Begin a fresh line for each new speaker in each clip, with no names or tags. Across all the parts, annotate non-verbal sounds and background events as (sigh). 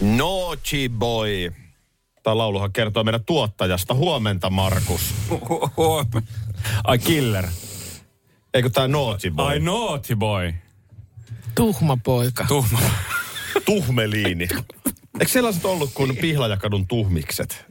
Nochi Boy. Tämä lauluhan kertoo meidän tuottajasta. Huomenta, Markus.
Ai killer.
Eikö tämä Nochi Boy?
Ai no. naughty boy.
Tuhma poika.
Tuhma.
Tuhmeliini. Eikö sellaiset ollut kuin Pihlajakadun tuhmikset?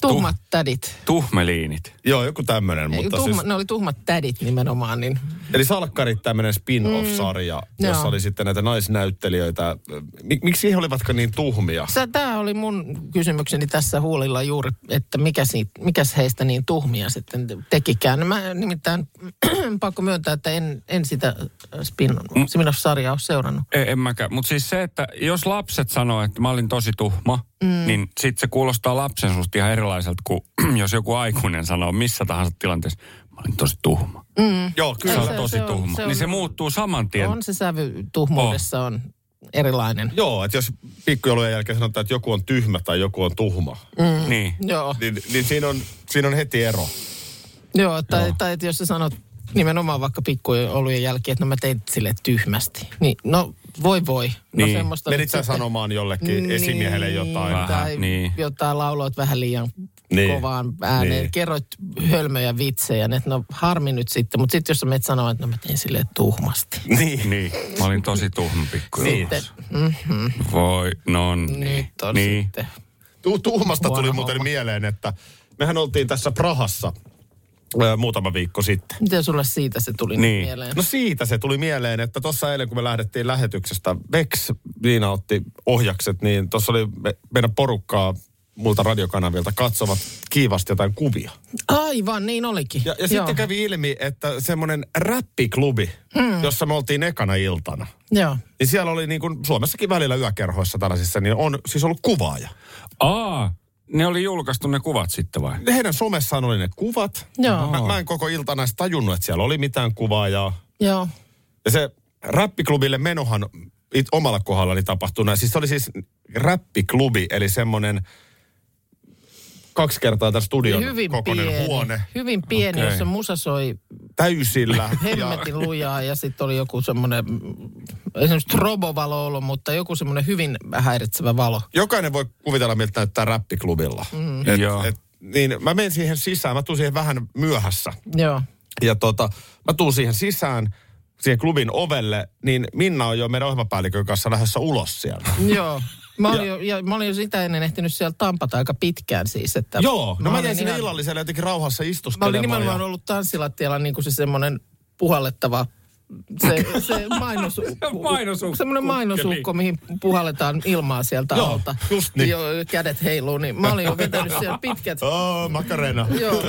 Tuhmat tädit.
Tuhmeliinit.
Joo, joku tämmöinen,
Ei,
mutta
Tuhma, no.
siis...
Ne oli tuhmat tädit nimenomaan, niin
Eli Salkkarit, tämmöinen spin-off-sarja, mm,
joo.
jossa oli sitten näitä naisnäyttelijöitä. Mik, miksi he olivatko niin tuhmia?
tämä oli mun kysymykseni tässä huulilla juuri, että mikä siitä, mikäs heistä niin tuhmia sitten tekikään. Mä nimittäin (clears throat) pakko myöntää, että en, en sitä spin,
Mm.
spin-off-sarjaa ole seurannut.
Ei, E, en mäkään. Mutta siis se, että jos lapset sanoo, että mä olin tosi tuhma, mm. niin sit se kuulostaa lapsen susta ihan erilaiselta kuin (clears throat) jos joku aikuinen sanoo missä tahansa tilanteessa, mä olin tosi tuhma.
Joo,
Sä
kyllä.
olet
No
tosi
se- se on-
tuhma.
se on-
niin se muuttuu saman
Niin.
tien.
On se sävy tuhmuudessa
Oh.
on erilainen.
Joo, että jos pikkujoulujen jälkeen sanotaan, että joku on tyhmä tai joku on tuhma, mm.
Niin.
Joo,
niin, niin siinä, on, siinä on heti ero.
joo tai, tai että jos sä sanot nimenomaan vaikka pikkujoulujen jälkeen, että no mä tein sille tyhmästi. Niin, no voi voi. No
Niin.
semmoista nyt
Menit sä
sitten.
sanomaan jollekin esimiehelle jotain?
Vähän,
Niin, Tai
niin.
jotain lauloit vähän liian
Niin.
niin. kovaan ääneen.
Niin.
Niin. Kerroit hölmöjä vitsejä. Että no harmi nyt sitten. Mutta sitten jos sä menet sanoa, että no mä tein silleen tuhmasti.
Niin.
Niin. Mä olin tosi tuhma pikku.
Sitten, Mm-hmm.
Voi, no niin.
nyt on
niin.
sitten.
Tu- Tuhmasta tuli
Huono
muuten
homma.
mieleen, että mehän oltiin tässä Prahassa ää, muutama viikko sitten.
Miten sulle siitä se tuli nyt
Niin.
mieleen?
No siitä se tuli mieleen, että tuossa eilen kun me lähdettiin lähetyksestä, Vex Liina otti ohjakset, niin tuossa oli me, meidän porukkaa muilta radiokanavilta katsovat kiivasti jotain kuvia.
Aivan, niin olikin.
Ja, ja
Joo.
sitten kävi ilmi, että semmoinen räppiklubi, hmm. jossa me oltiin ekana iltana,
Joo.
niin siellä oli niin kuin Suomessakin välillä yökerhoissa tällaisissa, niin on siis ollut kuvaaja.
Aa, ne oli julkaistu ne kuvat sitten vai?
Heidän somessaan oli ne kuvat.
Joo.
Mä, mä en koko iltana edes tajunnut, että siellä oli mitään kuvaajaa.
Joo.
Ja se räppiklubille menohan it, omalla kohdallani tapahtui näin. Siis se oli siis räppiklubi, eli semmoinen kaksi kertaa tämän studion
Hyvin
kokoinen
pieni,
huone
hyvin pieni,
Okei.
okay. jossa
(laughs)
musa soi (laughs)
täysillä.
hemmetin lujaa ja sitten oli joku semmoinen, esimerkiksi strobovalo ollut, mutta joku semmoinen hyvin häiritsevä valo.
jokainen voi kuvitella, miltä näyttää räppiklubilla. Mm.
Et, Joo.
Et, niin mä menin siihen sisään, mä tuun siihen vähän myöhässä.
Joo.
Ja tota, mä tuun siihen sisään, siihen klubin ovelle, niin Minna on jo meidän ohjelmapäällikön kanssa lähdössä ulos sieltä.
(laughs) Joo. Mä olin, jo, ja mä olin jo sitä ennen ehtinyt siellä tampata aika pitkään siis. Että
Joo, no mä,
olin
jäin sinne
ihan-
illalliselle jotenkin rauhassa
Mä
istuskelemaan.
olin nimenomaan
ja-
ollut tanssilattialla niin kuin se semmoinen puhallettava se, se
(laughs)
mainosukko.
Mainosukko.
Semmoinen mainosukko, mihin puhalletaan ilmaa sieltä
Joo,
alta.
just niin.
Joo, kädet heiluu, niin mä olin jo vetänyt siellä
(laughs)
pitkät.
Oh, makarena.
Joo,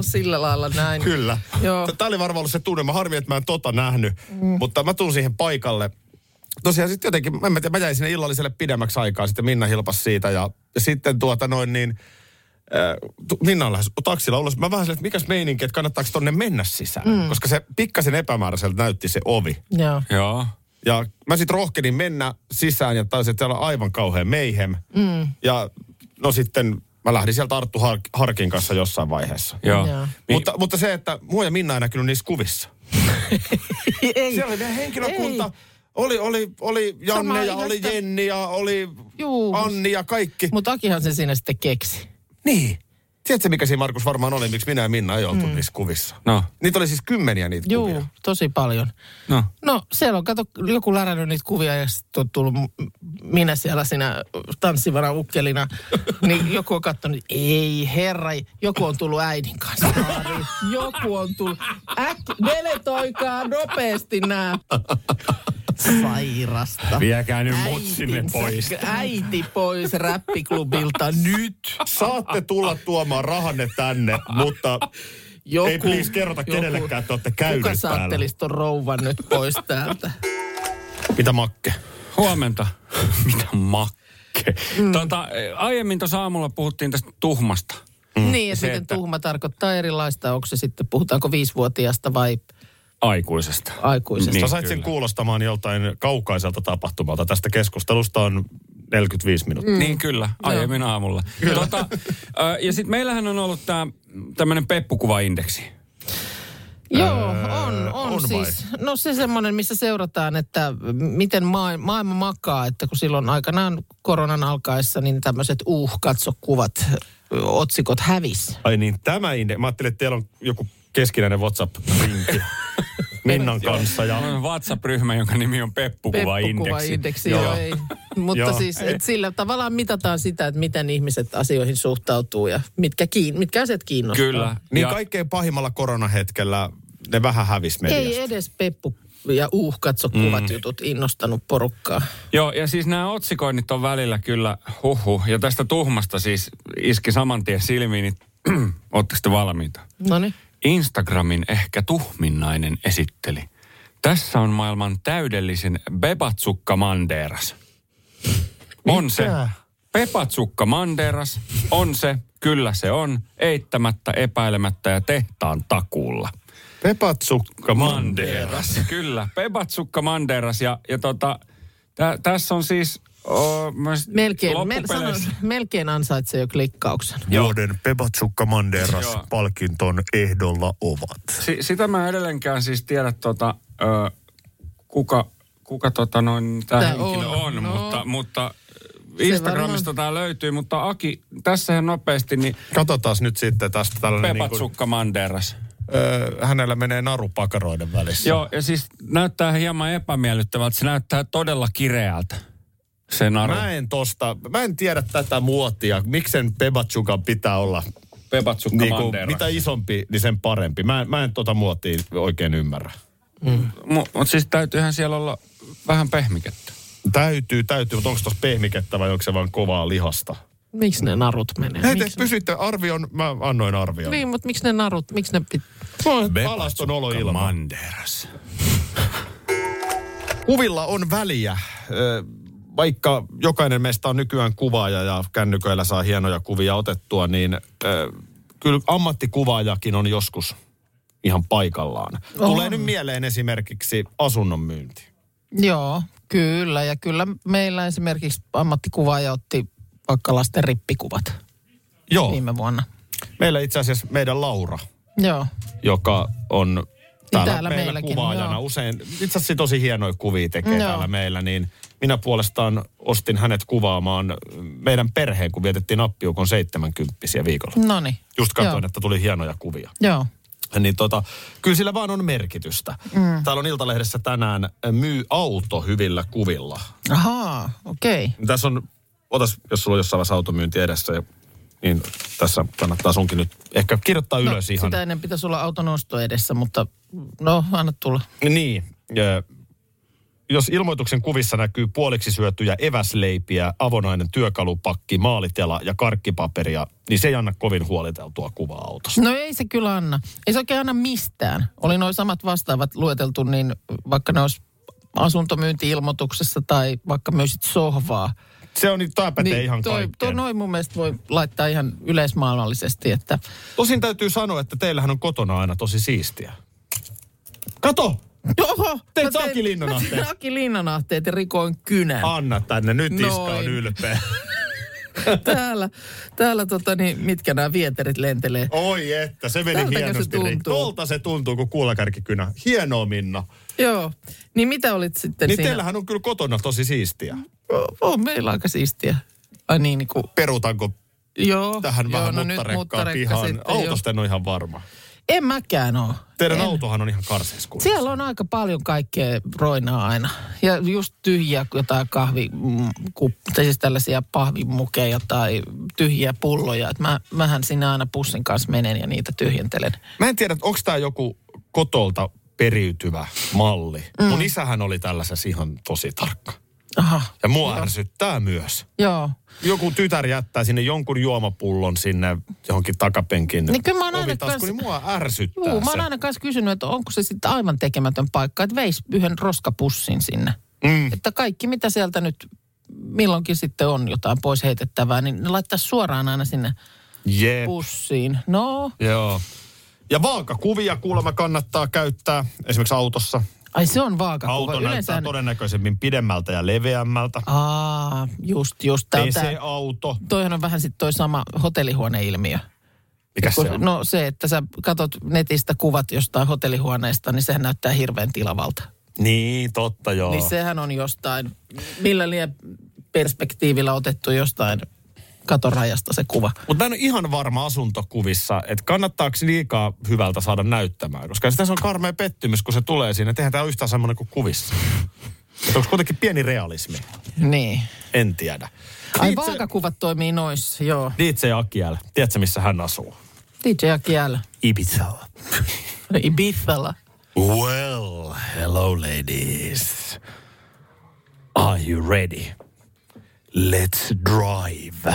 sillä lailla näin.
Kyllä.
Joo.
Tämä oli varmaan ollut se tunnelma. Harmi, että mä en tota nähnyt. Mutta mä tuun siihen paikalle. Tosiaan sitten jotenkin, mä, en tiedä, mä jäin sinne illalliselle pidemmäksi aikaa. Sitten Minna hilpas siitä ja, ja sitten tuota noin niin... äh, tu- Minna on lähes taksilla ulos. Mä vähän silleen, että mikäs meininki, että kannattaako tonne mennä sisään. Mm. Koska se pikkasen epämääräiseltä näytti se ovi. (laughs)
Joo.
Joo.
Ja mä sitten rohkenin mennä sisään ja taisin, että siellä on aivan kauhean meihem. Mm. Ja no sitten mä lähdin sieltä Arttu Hark- Harkin kanssa jossain vaiheessa.
Joo.
Joo.
Niin,
Mutta, mutta se, että mua ja Minna ei näkynyt niissä kuvissa.
Ei.
Siellä oli meidän henkilökunta. Oli, oli, oli Janne
Sama
ja
ihan
oli
sitä-
Jenni ja oli
Juu.
Anni ja kaikki. Mut,
Mutta Akihan se siinä sitten keksi.
niin. Tiedätkö, mikä siinä Markus varmaan oli, miksi minä ja Minna ei oltu mm. niissä kuvissa?
No.
Niitä oli siis kymmeniä niitä Juu.
Juu,
kuvia.
tosi paljon.
no.
No siellä on, kato, joku lärännyt niitä kuvia ja sitten on tullut m- minä siellä sinä tanssivana
(laughs)
ukkelina. Niin joku on katsonut, ei herra, joku on tullut äidin kanssa. baariin. Joku on tullut, äk, deletoikaa nopeasti nämä. Sairasta.
Viekää nyt
Äiti- Äiti pois räppiklubilta nyt.
Saatte tulla tuomaan rahanne
(laughs)
tänne, mutta
Joku,
Ei, please, kerrota kenellekään, että olette käynyt
Kuka
täällä.
saattelisi ton rouvan nyt pois täältä?
mitä makke?
Huomenta. (laughs) Mitä makke. Mm. Tota, aiemmin tuossa aamulla puhuttiin tästä tuhmasta.
Mm. Niin, ja
Se,
se, miten
että-
että... tuhma tarkoittaa erilaista. Onko se sitten, puhutaanko viisivuotiaasta vai
Aikuisesta.
aikuisesta?
Niin.
Sä sait sen
kyllä.
kuulostamaan joltain kaukaiselta tapahtumalta. Tästä keskustelusta on 45 minuuttia.
Mm. Niin kyllä, aiemmin aamulla. Tota, ö, ja sitten meillähän on ollut tämä tämmöinen peppukuvaindeksi.
Joo, on, on,
on
on
vai?
siis. No se semmoinen, missä seurataan, että miten maailma, maailma makaa, että kun silloin aikanaan koronan alkaessa, niin tämmöiset uhkatsokuvat, otsikot hävis.
Ai niin, tämä inde. Mä ajattelin, että teillä on joku keskinäinen
(laughs)
WhatsApp-linkki Minnan kanssa. Ja...
On WhatsApp-ryhmä, jonka nimi on peppukuvaindeksi.
Peppukuvaindeksi, joo. ei. Mutta
Joo.
siis et sillä tavallaan mitataan sitä, että miten ihmiset asioihin suhtautuu ja mitkä, kiin, mitkä asiat kiinnostaa.
Kyllä.
Niin
ja,
kaikkein pahimmalla koronahetkellä ne vähän hävis mediasta.
Ei edes peppu ja uhkatsokuvat mm. jutut innostanut porukkaa.
joo, ja siis nämä otsikoinnit on välillä kyllä huhu. Ja tästä tuhmasta siis iski saman tien silmiin, niin (clears throat) ootteko te valmiita?
No niin.
Instagramin ehkä tuhminnainen esitteli. Tässä on maailman täydellisin Bebatsukka Manderas. On se. Bebatsukka Manderas. On se. Kyllä se on. Eittämättä, epäilemättä ja tehtaan takuulla.
Pepatsukka
Kyllä. Bebatsukka Manderas. Ja, ja tota, tä, tässä on siis... Oh,
Melkein, mel, sanon, melkein ansaitsee jo klikkauksen.
Vuoden Pepatsukka Manderas
Joo.
palkinton ehdolla ovat.
Si- sitä mä edelleenkään siis tiedä, tota, ö, kuka, kuka tota noin, tämä
Tää
henkilö
on,
on,
no.
mutta, mutta Instagramista tämä löytyy, mutta Aki, tässä ihan nopeasti, niin
Katsotaan nyt sitten tästä tällainen, niin kuin,
Pepatsukka Manderas.
ö, hänellä menee naru pakaroiden välissä.
Joo, ja siis näyttää hieman epämiellyttävältä, se näyttää todella kireältä, se naru.
Mä en tosta, mä en tiedä tätä muotia, miksen Pebatsukan pitää olla
Pepatsukka
niin kuin,
Manderas.
mitä isompi, niin sen parempi. Mä, en- mä en tota muotia oikein ymmärrä.
Mutta siis täytyyhän siellä olla vähän pehmikettä.
Täytyy, täytyy, mutta onko tuossa pehmikettä vai onko se vaan kovaa lihasta?
Miksi ne narut menee?
Hei, te
Miksi-
pysytte arvion, mä annoin arvion.
Niin, mutta miksi ne narut, miksi ne pit...
Alaston oloilma.
Manderas.
Kuvilla on väliä. Ö, Vaikka jokainen meistä on nykyään kuvaaja ja kännyköillä saa hienoja kuvia otettua, niin ö, kyllä ammattikuvaajakin on joskus ihan paikallaan. Tulee nyt mieleen esimerkiksi asunnon myynti.
Joo, kyllä. Ja kyllä meillä esimerkiksi ammattikuvaaja otti vaikka lasten rippikuvat
Joo,
viime vuonna.
meillä itse asiassa meidän Laura,
Joo,
joka on täällä,
täällä
meillä
meilläkin,
kuvaajana
joo.
usein. Itse asiassa tosi hienoja kuvia tekee
Joo.
täällä meillä, niin minä puolestaan ostin hänet kuvaamaan meidän perheen, kun vietettiin appiukon 70 viikolla.
no niin.
Just katsoin,
Joo.
että tuli hienoja kuvia.
Joo.
Niin tota, kyllä sillä vaan on merkitystä. Mm. Täällä on Iltalehdessä tänään ä, myy auto hyvillä kuvilla.
Ahaa, okei. Okay.
Tässä on, otas, jos sulla on jossain vaiheessa automyynti edessä, ja- niin tässä kannattaa sunkin nyt ehkä kirjoittaa
No,
ylös ihan.
sitä ennen pitäisi olla auton osto edessä, mutta no, anna tulla.
Niin. ja Jos ilmoituksen kuvissa näkyy puoliksi syötyjä eväsleipiä, avonainen työkalupakki, maalitela ja karkkipaperia, niin se ei anna kovin huoliteltua kuvaa autosta.
No ei se kyllä anna. Ei se oikein anna mistään. Oli noin samat vastaavat lueteltu, niin vaikka ne olisi asuntomyynti-ilmoituksessa tai vaikka myös sohvaa.
Se on, tämä pätee niin, ihan
toi, toi
kaikkeen.
noin mun mielestä voi laittaa ihan yleismaailmallisesti, että
Tosin täytyy sanoa, että teillähän on kotona aina tosi siistiä. Kato!
Oho,
Teit
mä tein-
Aki
(laughs)
Linnanahteet.
mä tein No Aki Linnanahteet ja rikoin kynän.
Anna tänne, nyt
Noin.
Iska on ylpeä.
(laughs) Täällä, täällä tota, niin, mitkä nämä vieterit lentelee.
Oi että, se meni
Tältäkö se
hienosti. Rick.
tuntuu?
Tolta se tuntuu, kun kuulakärkikynä. Hienoa Minna.
Joo, niin mitä olit sitten
Niin
siinä?
teillähän on kyllä kotona tosi siistiä.
O- On meillä aika siistiä. Ai niin, niin kuin,
Perutanko
joo.
tähän
joo,
vähän
no nyt
muttarekkaa
muttarekka
pihaan.
sitten, joo.
Autosta en ole ihan varma.
En mäkään ole.
Teidän autohan on ihan karseessa kunnossa.
Siellä on aika paljon kaikkea roinaa aina. Ja just tyhjiä jotain kahvi, mm, kup- tai siis tällaisia pahvimukeja tai tyhjiä pulloja. Et mä, mähän sinä aina pussin kanssa menen ja niitä tyhjentelen.
Mä en tiedä, onko tämä joku kotolta periytyvä malli. Mm. Mun isähän oli tällaisessa ihan tosi tarkka.
Aha,
Ja mua ärsyttää myös.
joo.
joku tytär jättää sinne jonkun juomapullon sinne johonkin takapenkin
Niin kyllä mä oon aina
ovitaskuun,
kans-
niin mua ärsyttää
Juu, mä
se.
oon aina kanssa kysynyt, että onko se sitten aivan tekemätön paikka, että veis yhden roskapussin sinne.
Mm.
Että kaikki, mitä sieltä nyt milloinkin sitten on jotain pois heitettävää, niin ne laittaa suoraan aina sinne
Jep.
pussiin. No,
Joo. Ja vaakakuvia kuulemma kannattaa käyttää esimerkiksi autossa.
ai se on vaakakuva.
Auto näyttää
Yleensä...
todennäköisemmin pidemmältä ja leveämmältä.
Aa, just, just. Tää,
Niin
on tää,
PC-auto.
toihan on vähän sitten toi sama hotellihuoneilmiö.
Mikä se
Kun-
on?
No se, että sä katot netistä kuvat jostain hotellihuoneesta, niin sehän näyttää hirveän tilavalta.
Niin, totta joo.
Niin sehän on jostain, millä lie perspektiivillä otettu jostain katorajasta se kuva.
Mutta mä en ole ihan varma asuntokuvissa, että kannattaako liikaa hyvältä saada näyttämään, koska sitä se on karmea pettymys, kun se tulee siinä. Tehän tämä yhtään semmoinen kuin kuvissa. Et Onko kuitenkin pieni realismi?
Niin.
En tiedä. Niin
Ai
Itse-
vaakakuvat toimii noissa, joo.
DJ Akiel, tiedätkö missä hän asuu?
DJ Akiel,
Ibizalla.
Ibizalla.
Well, hello ladies. Are you ready? Let's drive.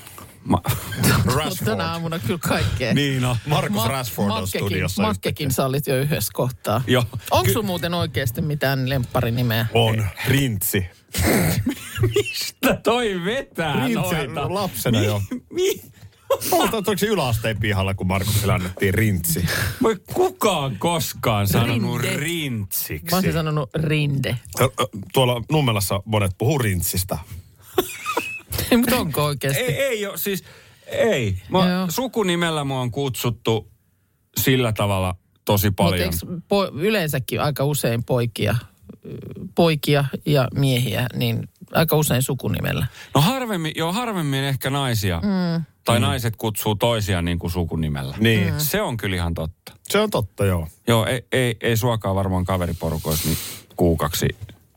Ma- (laughs)
Mutta tänä
Rashford.
aamuna kyllä kaikkea.
Niin no, Markus
Ma-
Rashford on
Makkekin-
studiossa.
Makkekin sä olit jo yhdessä kohtaa.
Joo.
Onko
Ky-
sulla muuten oikeasti mitään lempparinimeä?
On, Rintsi.
Mistä No toi vetää
Rintsi
noita?
lapsena jo.
Mi-
Muistan, että oliko se yläasteen pihalla, kun Markukselle annettiin Rintsi.
Voi kukaan koskaan sanonut
Rinde. Mä
rintsiksi.
olisin sanonut rinde. (laughs)
Tuolla Nummelassa monet puhuu Rintsistä.
Mutta onko oikeasti?
Ei, ei ole, siis ei. Mä,
Joo.
sukunimellä mua on kutsuttu sillä tavalla tosi paljon.
Mutta eikö po- yleensäkin aika usein poikia, poikia ja miehiä, niin aika usein sukunimellä.
No harvemmin, joo harvemmin ehkä naisia. Mm. Tai mm. naiset kutsuu toisiaan niin kuin sukunimellä.
Mm.
Niin.
Se on kyllä ihan totta.
Se on totta, joo.
Joo, ei, ei, ei suakaan varmaan kaveriporukoissa niin kuukaksi.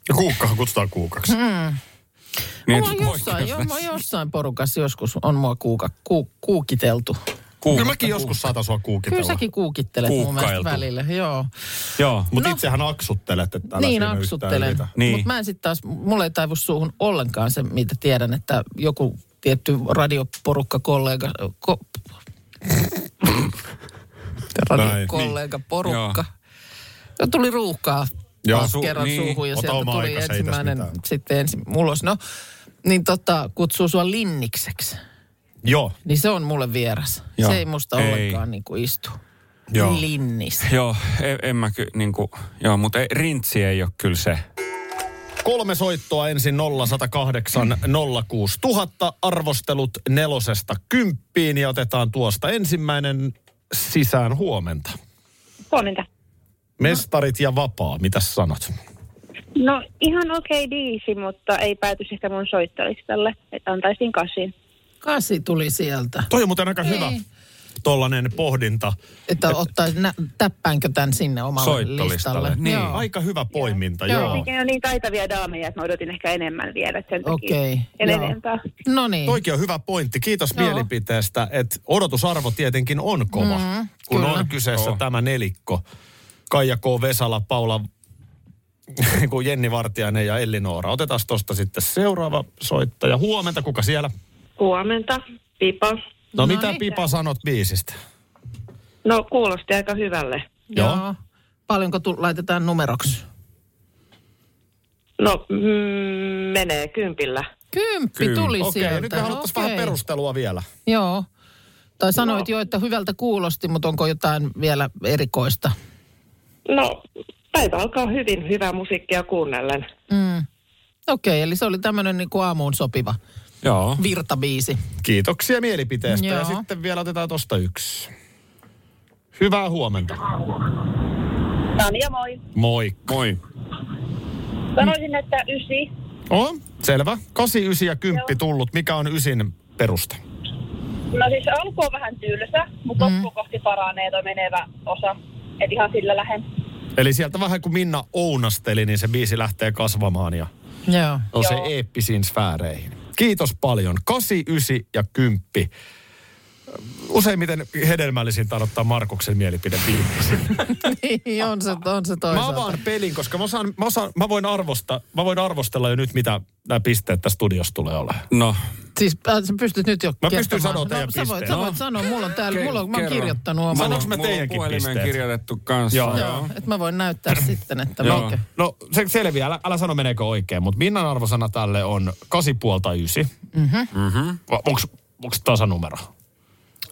Ja kuukkahan kutsutaan kuukaksi.
Mm.
Niin,
Mulla on
että
jossain, jo,
poikkeus-
mä oon jossain porukassa joskus on mua kuuka, ku, kuukiteltu.
kuukka-
Kyllä mäkin joskus saatan sua
Kyllä
kuukitella.
säkin kuukittelet mun mielestä
Kuukkailtu.
välillä. Joo.
Joo,
Mutta no. itsehän aksuttelet, että älä
niin
siinä yhtään
aksuttelen.
yritä.
Niin.
Niin. Mutta mä en sitten taas, mulle ei taivu suuhun ollenkaan se, mitä tiedän, että joku tietty radioporukka kollega, ko,
(laughs)
radiokollega porukka. Ja tuli ruuhkaa
niin. Joo.
Joo,
Su-
su- kerran
niin,
niin, suuhun ja
ota
sieltä
oma
tuli
aikas, ei tässä
ensimmäinen
mitään.
sitten ensi, ulos. No, niin tota, kutsuu sua linnikseksi.
Joo.
Niin se on mulle vieras.
Joo.
Joo. Se ei musta
Ei.
ei. ollenkaan niin kuin istu.
Joo.
Linnis.
joo, en, en mä ky, niin kuin, joo, mutta ei, rintsi ei ole kyllä se.
Kolme soittoa ensin 0108 06 000, arvostelut nelosesta kymppiin ja otetaan tuosta ensimmäinen sisään huomenta.
Huomenta.
Mestarit ja vapaa, mitä sanot?
No ihan okei okay diisi, mutta ei päätys ehkä mun soittolistalle, että antaisin kasin.
Kasi tuli sieltä.
Toi on muuten aika Ei. hyvä tollanen pohdinta.
Että ottaisi, nä, täppäänkö tämän sinne omalle
Soittolistalle.
listalle.
Niin.
Joo.
Aika hyvä poiminta,
Joo.
joo. joo.
Ne on niin taitavia daameja, että mä odotin ehkä enemmän vielä, että sen takia
Okei,
en
joo.
enempää.
No niin.
Toikin on hyvä pointti. Kiitos
Joo.
mielipiteestä, että odotusarvo tietenkin on kova, mm, kun
Mm-hmm. kyllä.
on kyseessä
Joo.
tämä nelikko. Kaija K. Vesala, Paula, (laughs) kun Jenni Vartiainen ja Elli Noora. Otetaan tosta sitten seuraava soittaja. Huomenta, kuka siellä?
Huomenta, Pipa.
No,
No
mitä
niin.
Pipa sanot biisistä?
No kuulosti aika hyvälle.
Joo.
Paljonko tu- laitetaan numeroksi?
No mm, menee kympillä.
Kymppi tuli
Okei,
sieltä.
nyt me haluttaisiin
Okei.
vähän perustelua vielä.
Joo. Tai sanoit jo, että hyvältä kuulosti, mutta onko jotain vielä erikoista?
No päivä alkaa hyvin hyvää musiikkia kuunnellen.
Mm. Okei, eli se oli tämmöinen niin aamuun sopiva
Joo.
virtabiisi.
Kiitoksia mielipiteestä. Ja
Joo.
sitten vielä otetaan tosta yksi. Hyvää huomenta.
Tanja moi.
Moikka.
Moi.
Sanoisin, että ysi.
On, selvä. 8, 9 ja 10 tullut. Mikä on ysin peruste?
No siis alku on vähän tylsä, mutta mm. kohti paranee toi menevä osa. Et ihan sillä lähen.
Eli sieltä vähän kun Minna ounasteli, niin se biisi lähtee kasvamaan ja
Joo. (laughs)
nousee eeppisiin sfääreihin. Kiitos paljon. 8, 9 ja 10. Useimmiten hedelmällisintä on ottaa Markuksen mielipide viimeisenä.
Niin, on se, on se
Mä
toisaalta.
avaan pelin, koska mä, osaan, mä, osaan, mä, voin arvosta, mä voin arvostella jo nyt, mitä nämä pisteet tässä studiossa tulee olemaan.
No,
Siis äh, sä pystyt nyt jo
Mä
kertomaan. No,
pystyn sanoa teidän
sä voit, sä
pisteen.
voit sanoa, mulla on täällä,
Ke-
mulla on, mä oon
kerro.
kirjoittanut oman.
Sanoinko mä
Mulla on
teidänkin
puhelimeen
pisteet?
kirjoitettu kanssa.
Joo.
Joo, että mä voin näyttää sitten, että mä
Joo.
oikein.
No se selviää, älä, älä sano meneekö oikein, mutta Minnan arvosana tälle on 8,5 tai 9. Mm-hmm. Onko tasanumero?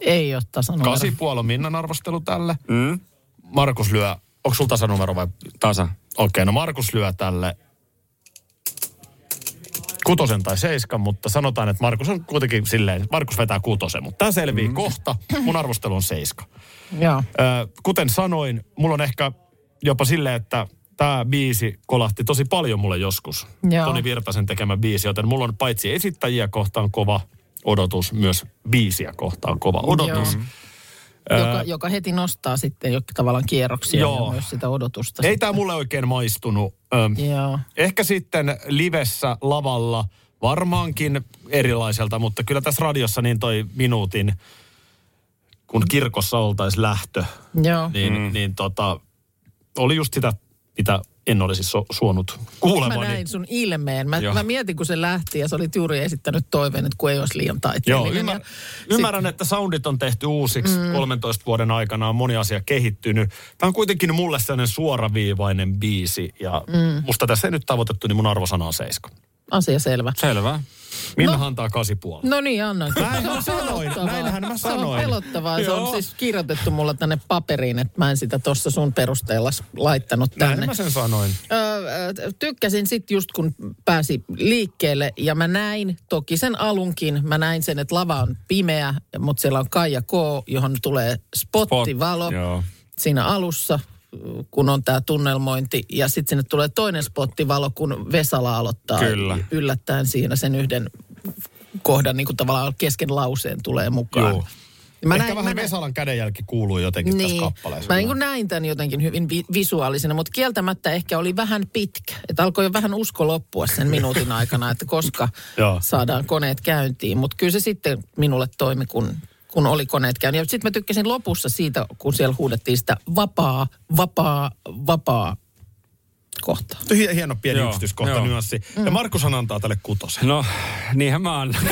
Ei ole tasanumero.
8,5 on Minnan arvostelu tälle. Mm. Markus lyö, onko sulla tasanumero vai?
Tasa.
Okei, okay, no Markus lyö tälle kutosen tai seiskan, mutta sanotaan, että Markus on kuitenkin silleen, Markus vetää kutosen, mutta tämä selvii mm. kohta. Mun arvostelu on seiska.
Joo.
Ö, kuten sanoin, mulla on ehkä jopa silleen, että tämä biisi kolahti tosi paljon mulle joskus.
Joo.
Toni Virtasen tekemä biisi, joten mulla on paitsi esittäjiä kohtaan kova odotus, myös biisiä kohtaan kova odotus.
Joo. Joka, joka heti nostaa sitten jokin tavallaan kierroksia
Joo.
Joo. ja myös sitä odotusta.
Ei tämä mulle oikein maistunut. Ö,
Joo.
ehkä sitten livessä, lavalla, varmaankin erilaiselta, mutta kyllä tässä radiossa niin toi minuutin, kun kirkossa oltaisiin lähtö,
Joo.
niin, mm. niin tota, oli just sitä, mitä en olisi so, suonut niin-
Mä
kuulevani.
näin sun ilmeen. Mä,
Joo.
mä mietin, kun se lähti ja sä olit juuri esittänyt toiveen, että kun ei olisi liian niin
Joo,
taiteellinen.
ymmär,
ja
ymmärrän, että soundit on tehty uusiksi. Mm. 13 vuoden aikana on moni asia kehittynyt. Tämä on kuitenkin mulle sellainen suoraviivainen biisi. Ja mm. musta tässä ei nyt tavoitettu, niin mun arvosana on 7.
Sit asia selvä.
Selvä.
Minna no. antaa 8,5.
No niin, anna.
Näin
Se
mä
on
sanoin,
pelottavaa.
näinhän mä
Se on
sanoin.
pelottavaa. Se on
Joo.
siis kirjoitettu mulla tänne paperiin, että mä en sitä tuossa sun perusteella laittanut tänne.
Näin mä sen sanoin.
Öö, ö, tykkäsin sitten just kun pääsi liikkeelle ja mä näin toki sen alunkin. Mä näin sen, että lava on pimeä, mutta siellä on Kaija K, johon tulee spottivalo
Pot- Joo.
siinä alussa, kun on tämä tunnelmointi. Ja sitten sinne tulee toinen spottivalo, kun Vesala aloittaa
Kyllä.
yllättäen siinä sen yhden kohdan, niin kuin tavallaan kesken lauseen tulee mukaan.
Joo.
Ja
Mä Ehkä näin, vähän Vesalan kädenjälki kuuluu jotenkin niin. tässä kappaleessa.
Mä niin kuin näin tämän jotenkin hyvin vi- visuaalisena, mutta kieltämättä ehkä oli vähän pitkä. Että alkoi jo vähän usko loppua sen
(laughs)
minuutin aikana, että koska
Joo.
saadaan koneet käyntiin. Mutta kyllä se sitten minulle toimi, kun, kun oli koneet käyntiin. Sitten mä tykkäsin lopussa siitä, kun siellä huudettiin sitä vapaa, vapaa, vapaa kohtaa.
Hie- hieno pieni
Joo,
yksityiskohta
joo.
nyanssi. Ja Markushan antaa tälle kutosen.
No, niinhän mä annan.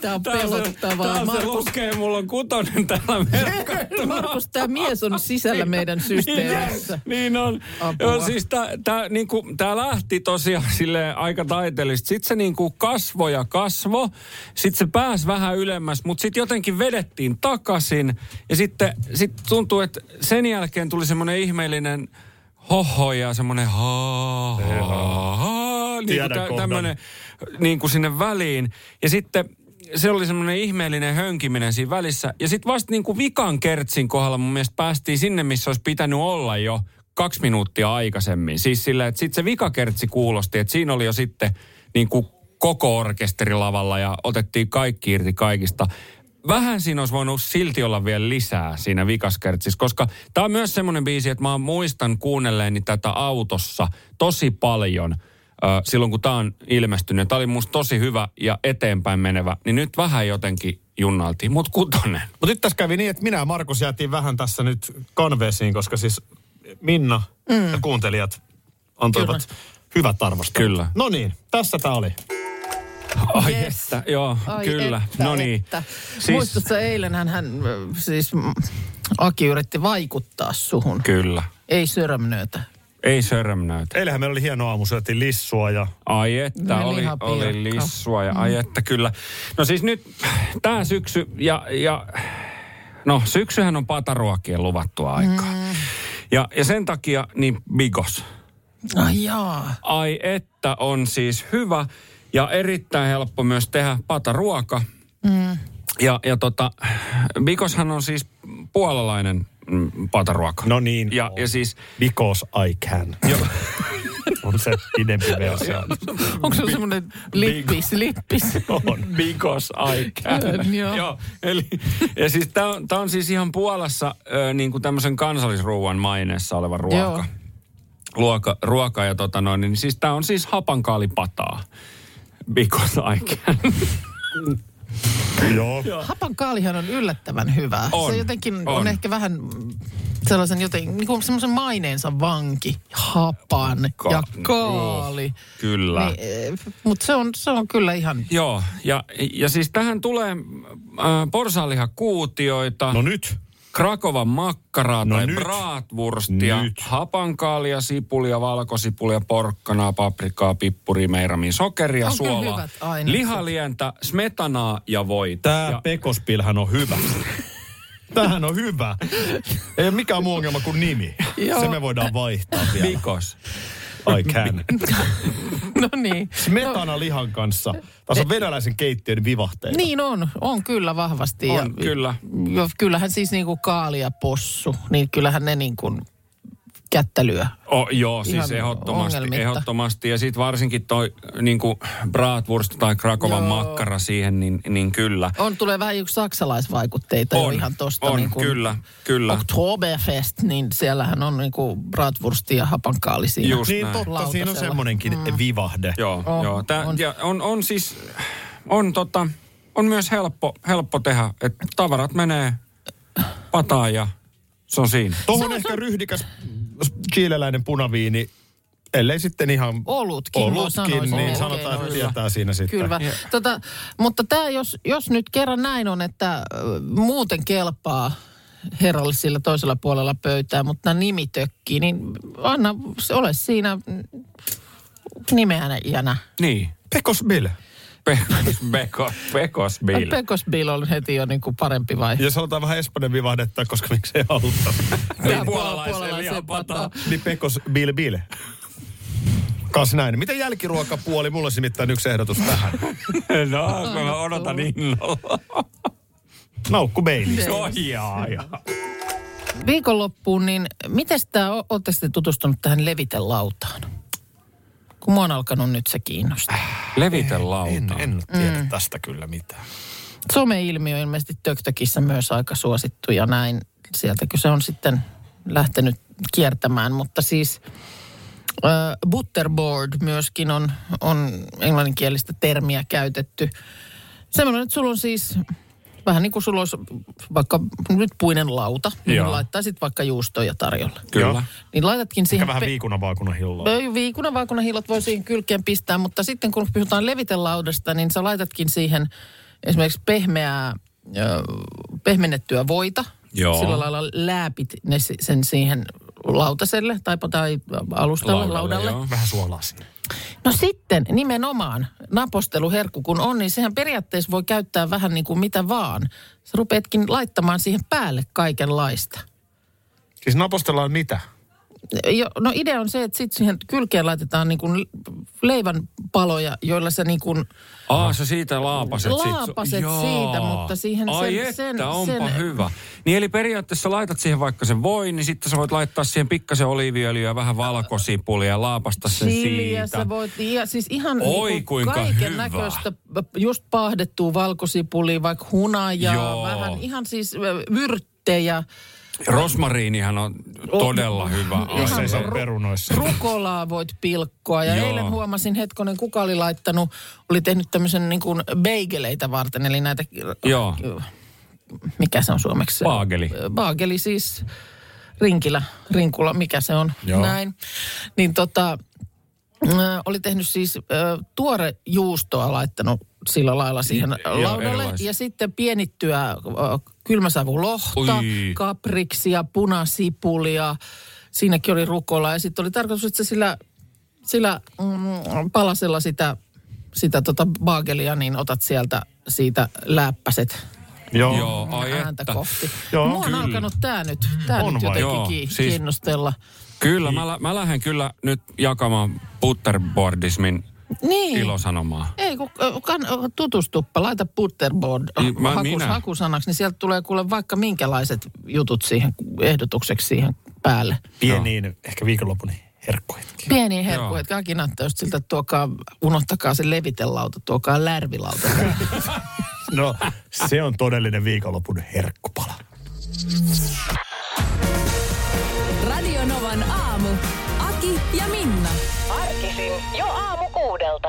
Tämä on
Tää
pelottavaa.
on se
Markus,
lukee, mulla on kutonen täällä merkattuna.
Markus, tämä mies on sisällä meidän systeemissä.
Niin on.
Apua.
Joo, siis tää, tää, niinku, tää lähti tosiaan sille aika taiteellisesti. Sitten se niinku kasvoi ja kasvo. Sitten se pääsi vähän ylemmäs, mutta sitten jotenkin vedettiin takaisin. Ja sitten sit tuntuu, että sen jälkeen tuli semmoinen ihmeellinen hoho ja semmoinen ha ha ha niin
Tiedän
kuin
kohdan.
tämmöinen niin kuin sinne väliin. Ja sitten se oli semmoinen ihmeellinen hönkiminen siinä välissä. Ja sitten vasta niin kuin vikan kertsin kohdalla mun mielestä päästiin sinne, missä olisi pitänyt olla jo kaksi minuuttia aikaisemmin. Siis sillä, että sitten se vikakertsi kuulosti, että siinä oli jo sitten niin kuin koko orkesteri lavalla ja otettiin kaikki irti kaikista. Vähän siinä olisi voinut silti olla vielä lisää siinä vikaskertsissä, koska tämä on myös semmoinen biisi, että mä muistan kuunnelleeni tätä autossa tosi paljon – ö, silloin kun tämä on ilmestynyt. Tämä oli musta tosi hyvä ja eteenpäin menevä, niin nyt vähän jotenkin junnaltiin. Mutta kutonen.
Mutta nyt tässä kävi niin, että minä ja Markus jäätiin vähän tässä nyt konversiin, koska siis Minna mm. ja kuuntelijat antoivat Kyllä. hyvät arvostelut.
Kyllä.
No niin, tässä tämä oli.
Ai
Yes.
että, joo,
Ai
kyllä.
että,
no niin.
että.
Siis-
Muistatko, eilen hän, hän ö, siis mm, Aki yritti vaikuttaa suhun.
Kyllä.
Ei sörmnöötä.
Ei sörmnäytä.
Eilähän meillä oli hieno aamu, syötiin lissua ja...
Ai että,
Ja
oli,
lihapiirakkaa.
oli lissua ja
Mm.
ai että kyllä. No siis nyt tämä syksy ja, ja no syksyhän on pataruokien luvattua aikaa. Mm. Ja, ja sen takia niin bigos.
Ai jaa.
Ai että on siis hyvä ja erittäin helppo myös tehdä pataruoka. Mm. Ja, ja tota, bigoshan on siis puolalainen mm, pataruoka.
No niin.
Ja, ja siis,
Because I can. on se (laughs) pidempi versio.
Onko se semmoinen lippis,
(laughs)
lippis?
on. Because I can.
Joo.
Joo. Eli, ja siis tämä on, tää on siis ihan Puolassa ö, niin kuin tämmöisen kansallisruuan maineessa oleva
Joo.
ruoka. Luoka, ruoka ja tota noin, niin siis tämä on siis hapankaalipataa. Because I can.
Joo.
Hapan kaalihan on yllättävän hyvää.
On,
se jotenkin on,
on.
ehkä vähän mm, sellaisen joten, niin kuin semmoisen maineensa vanki. Hapan
Ka- oh,
ja kaali.
Kyllä.
Niin, Mutta se on, se on kyllä ihan...
Joo, ja, ja siis tähän tulee äh, porsaanlihakuutioita.
No nyt.
Krakovan makkaraa
No
tai
nyt.
bratwurstia,
Nyt.
hapankaalia, sipulia, valkosipulia, porkkanaa, paprikaa, pippuria, meiramiin, sokeria,
Onko
suolaa,
hyvät ainekset?
lihalientä, smetanaa ja voita.
Tää
ja,
pekospilhän on hyvä. Tämähän on hyvä. Ei ole mikään muu ongelma kuin nimi.
Joo.
Se me voidaan vaihtaa vielä.
Bikos.
I can.
No niin.
Smetana lihan Siis kanssa. Tässä on venäläisen keittiön vivahteita.
Niin on, on kyllä vahvasti.
On, kyllä.
Jo, kyllähän siis niinku kaali ja possu, niin kyllähän ne niin kuin kättä lyö.
O, joo, siis
Ihan
ehdottomasti,
ongelmitta.
ehdottomasti. Ja sitten varsinkin toi niin bratwurst tai Krakovan
Joo.
makkara siihen, niin, niin kyllä.
On, tulee vähän yksi saksalaisvaikutteita jo
On,
ihan tosta.
on,
niin kuin
kyllä, kyllä.
Oktoberfest, niin siellähän on niin kuin bratwursti ja hapankaali siinä.
Just
Niin
näin.
totta, siinä on
Lautasella.
semmonenkin mm. vivahde.
Joo,
On,
on, joo. Tää,
Oh, on.
on. Ja on, on siis, on, tota, on myös helppo, helppo tehdä, että tavarat menee pataan ja se on siinä.
Tuohon ehkä ryhdikäs chileläinen punaviini, ellei sitten ihan
Olutkin, mä
olutkin
sanoisin,
niin
melkein
sanotaan, että
olisi.
tietää siinä sitten.
Kyllä. Tota, mutta tämä, jos, jos nyt kerran näin on, että ö, muuten kelpaa herrallisilla toisella puolella pöytää, mutta nämä nimi tökkii, niin anna, se- ole siinä mm, nimeänä iänä.
Niin.
Pekos Bill.
Pe- beko, pekos Bill.
Pekos Bill on heti jo niin kuin parempi vai?
Ja sanotaan vähän Espanjan vivahdetta, koska miksei auta.
Niin,
puolalaiseen pataan.
niin Pekos Bill Bill. Kas näin. Miten jälkiruokapuoli? Mulla olisi nimittäin yksi ehdotus tähän.
(laughs) No, mä odotan innolla.
Naukku Baileys.
No, jaa, jaa.
Viikonloppuun, niin miten tämä, olette sitten tutustunut tähän levitelautaan? Kun mua on alkanut nyt se kiinnostaa.
Levitä lauta.
En, en tiedä mm. tästä kyllä mitään.
some-ilmiö ilmeisesti TökTökissä myös aika suosittu ja näin. Sieltäkö se on sitten lähtenyt kiertämään, mutta siis äh, butterboard myöskin on, on englanninkielistä termiä käytetty. Semmoinen, että sulla on siis vähän niin kuin sulla olisi vaikka nyt puinen lauta, niin
Joo.
laittaa sitten vaikka juustoja tarjolla.
Kyllä.
Niin laitatkin siihen...
Ehkä vähän viikunavaakunan hilloa.
No, Viikuna vaakuna hiilot voi siihen kylkeen pistää, mutta sitten kun puhutaan levitelaudasta, niin sä laitatkin siihen esimerkiksi pehmeää, ö, pehmennettyä voita.
Joo.
Sillä lailla lääpit ne, si- sen siihen lautaselle tai, tai alustalle, laudalle. laudalle.
joo.
Vähän suolaa sinne.
No sitten nimenomaan naposteluherkku kun on, niin sehän periaatteessa voi käyttää vähän niin kuin mitä vaan. Sä rupeatkin laittamaan siihen päälle kaikenlaista.
Siis napostellaan mitä?
Jo, no idea on se, että sitten siihen kylkeen laitetaan niin kuin leivän paloja, joilla sä niin kuin
Aa, Ah, sä siitä laapaset.
Laapaset
Joo.
siitä, mutta siihen sen-
Ai että,
sen-
onpa
sen-
hyvä. Niin eli periaatteessa laitat siihen vaikka sen voi, niin sitten sä voit laittaa siihen pikkasen oliiviöljyä, vähän valkosipulia ja laapasta sen
chiliä,
siitä.
sä voit, ja siis ihan
Oi, kuinka
kaiken
hyvä.
näköistä, just paahdettua valkosipulia, vaikka hunajaa,
Joo.
vähän ihan siis ö, vyrttejä,
Rosmariinihan on todella hyvä
Oh, Ihan
Jos ei
aine.
se ole perunoissa.
rukolaa voit pilkkoa. Ja Joo.
Joo.
eilen huomasin hetkonen, kuka oli laittanut, oli tehnyt tämmöisen niin kuin beigeleitä varten, eli näitä,
Joo.
mikä se on suomeksi? se-
Baageli.
Baageli siis, rinkilä, rinkula, mikä se on, Joo. näin. Niin tota, Ö, oli tehnyt siis ö, tuore juustoa laittanut sillä lailla siihen
Niin, Joo,
laudalle.
erilaista.
Ja sitten pienittyä ö, kylmäsavulohta,
Ui.
kapriksia, punasipulia. Siinäkin oli rukola ja sitten oli tarkoitus, että se sillä, sillä mm, palasella sitä, sitä tota baagelia, niin otat sieltä siitä läppäset
Joo.
Joo, ai
ääntä
että.
kohti.
Joo.
Mua on
Kyllä.
alkanut tämä nyt, tää
On
nyt
vai?
jotenkin
Joo,
ki-
siis-
kiinnostella.
Kyllä, mä, lä- mä lähden kyllä nyt jakamaan butterboardismin
Niin.
ilosanomaa.
Ei, kun ö, kan, ö, tutustuppa, laita butterboard
Ei, mä-
hakus,
minä.
hakusanaksi, niin sieltä tulee kuule vaikka minkälaiset jutut siihen ehdotukseksi siihen päälle.
Pieniin, ehkä viikonlopun herkkuihin.
Pieni
Joo.
herkku, että kaikki näyttää just siltä, että tuokaa, unohtakaa se levitelauta, tuokaa lärvilauta.
No, se on todellinen viikonlopun herkkupala.
Radio Novan aamu. Aki ja Minna.
Arkisin jo aamu kuudelta.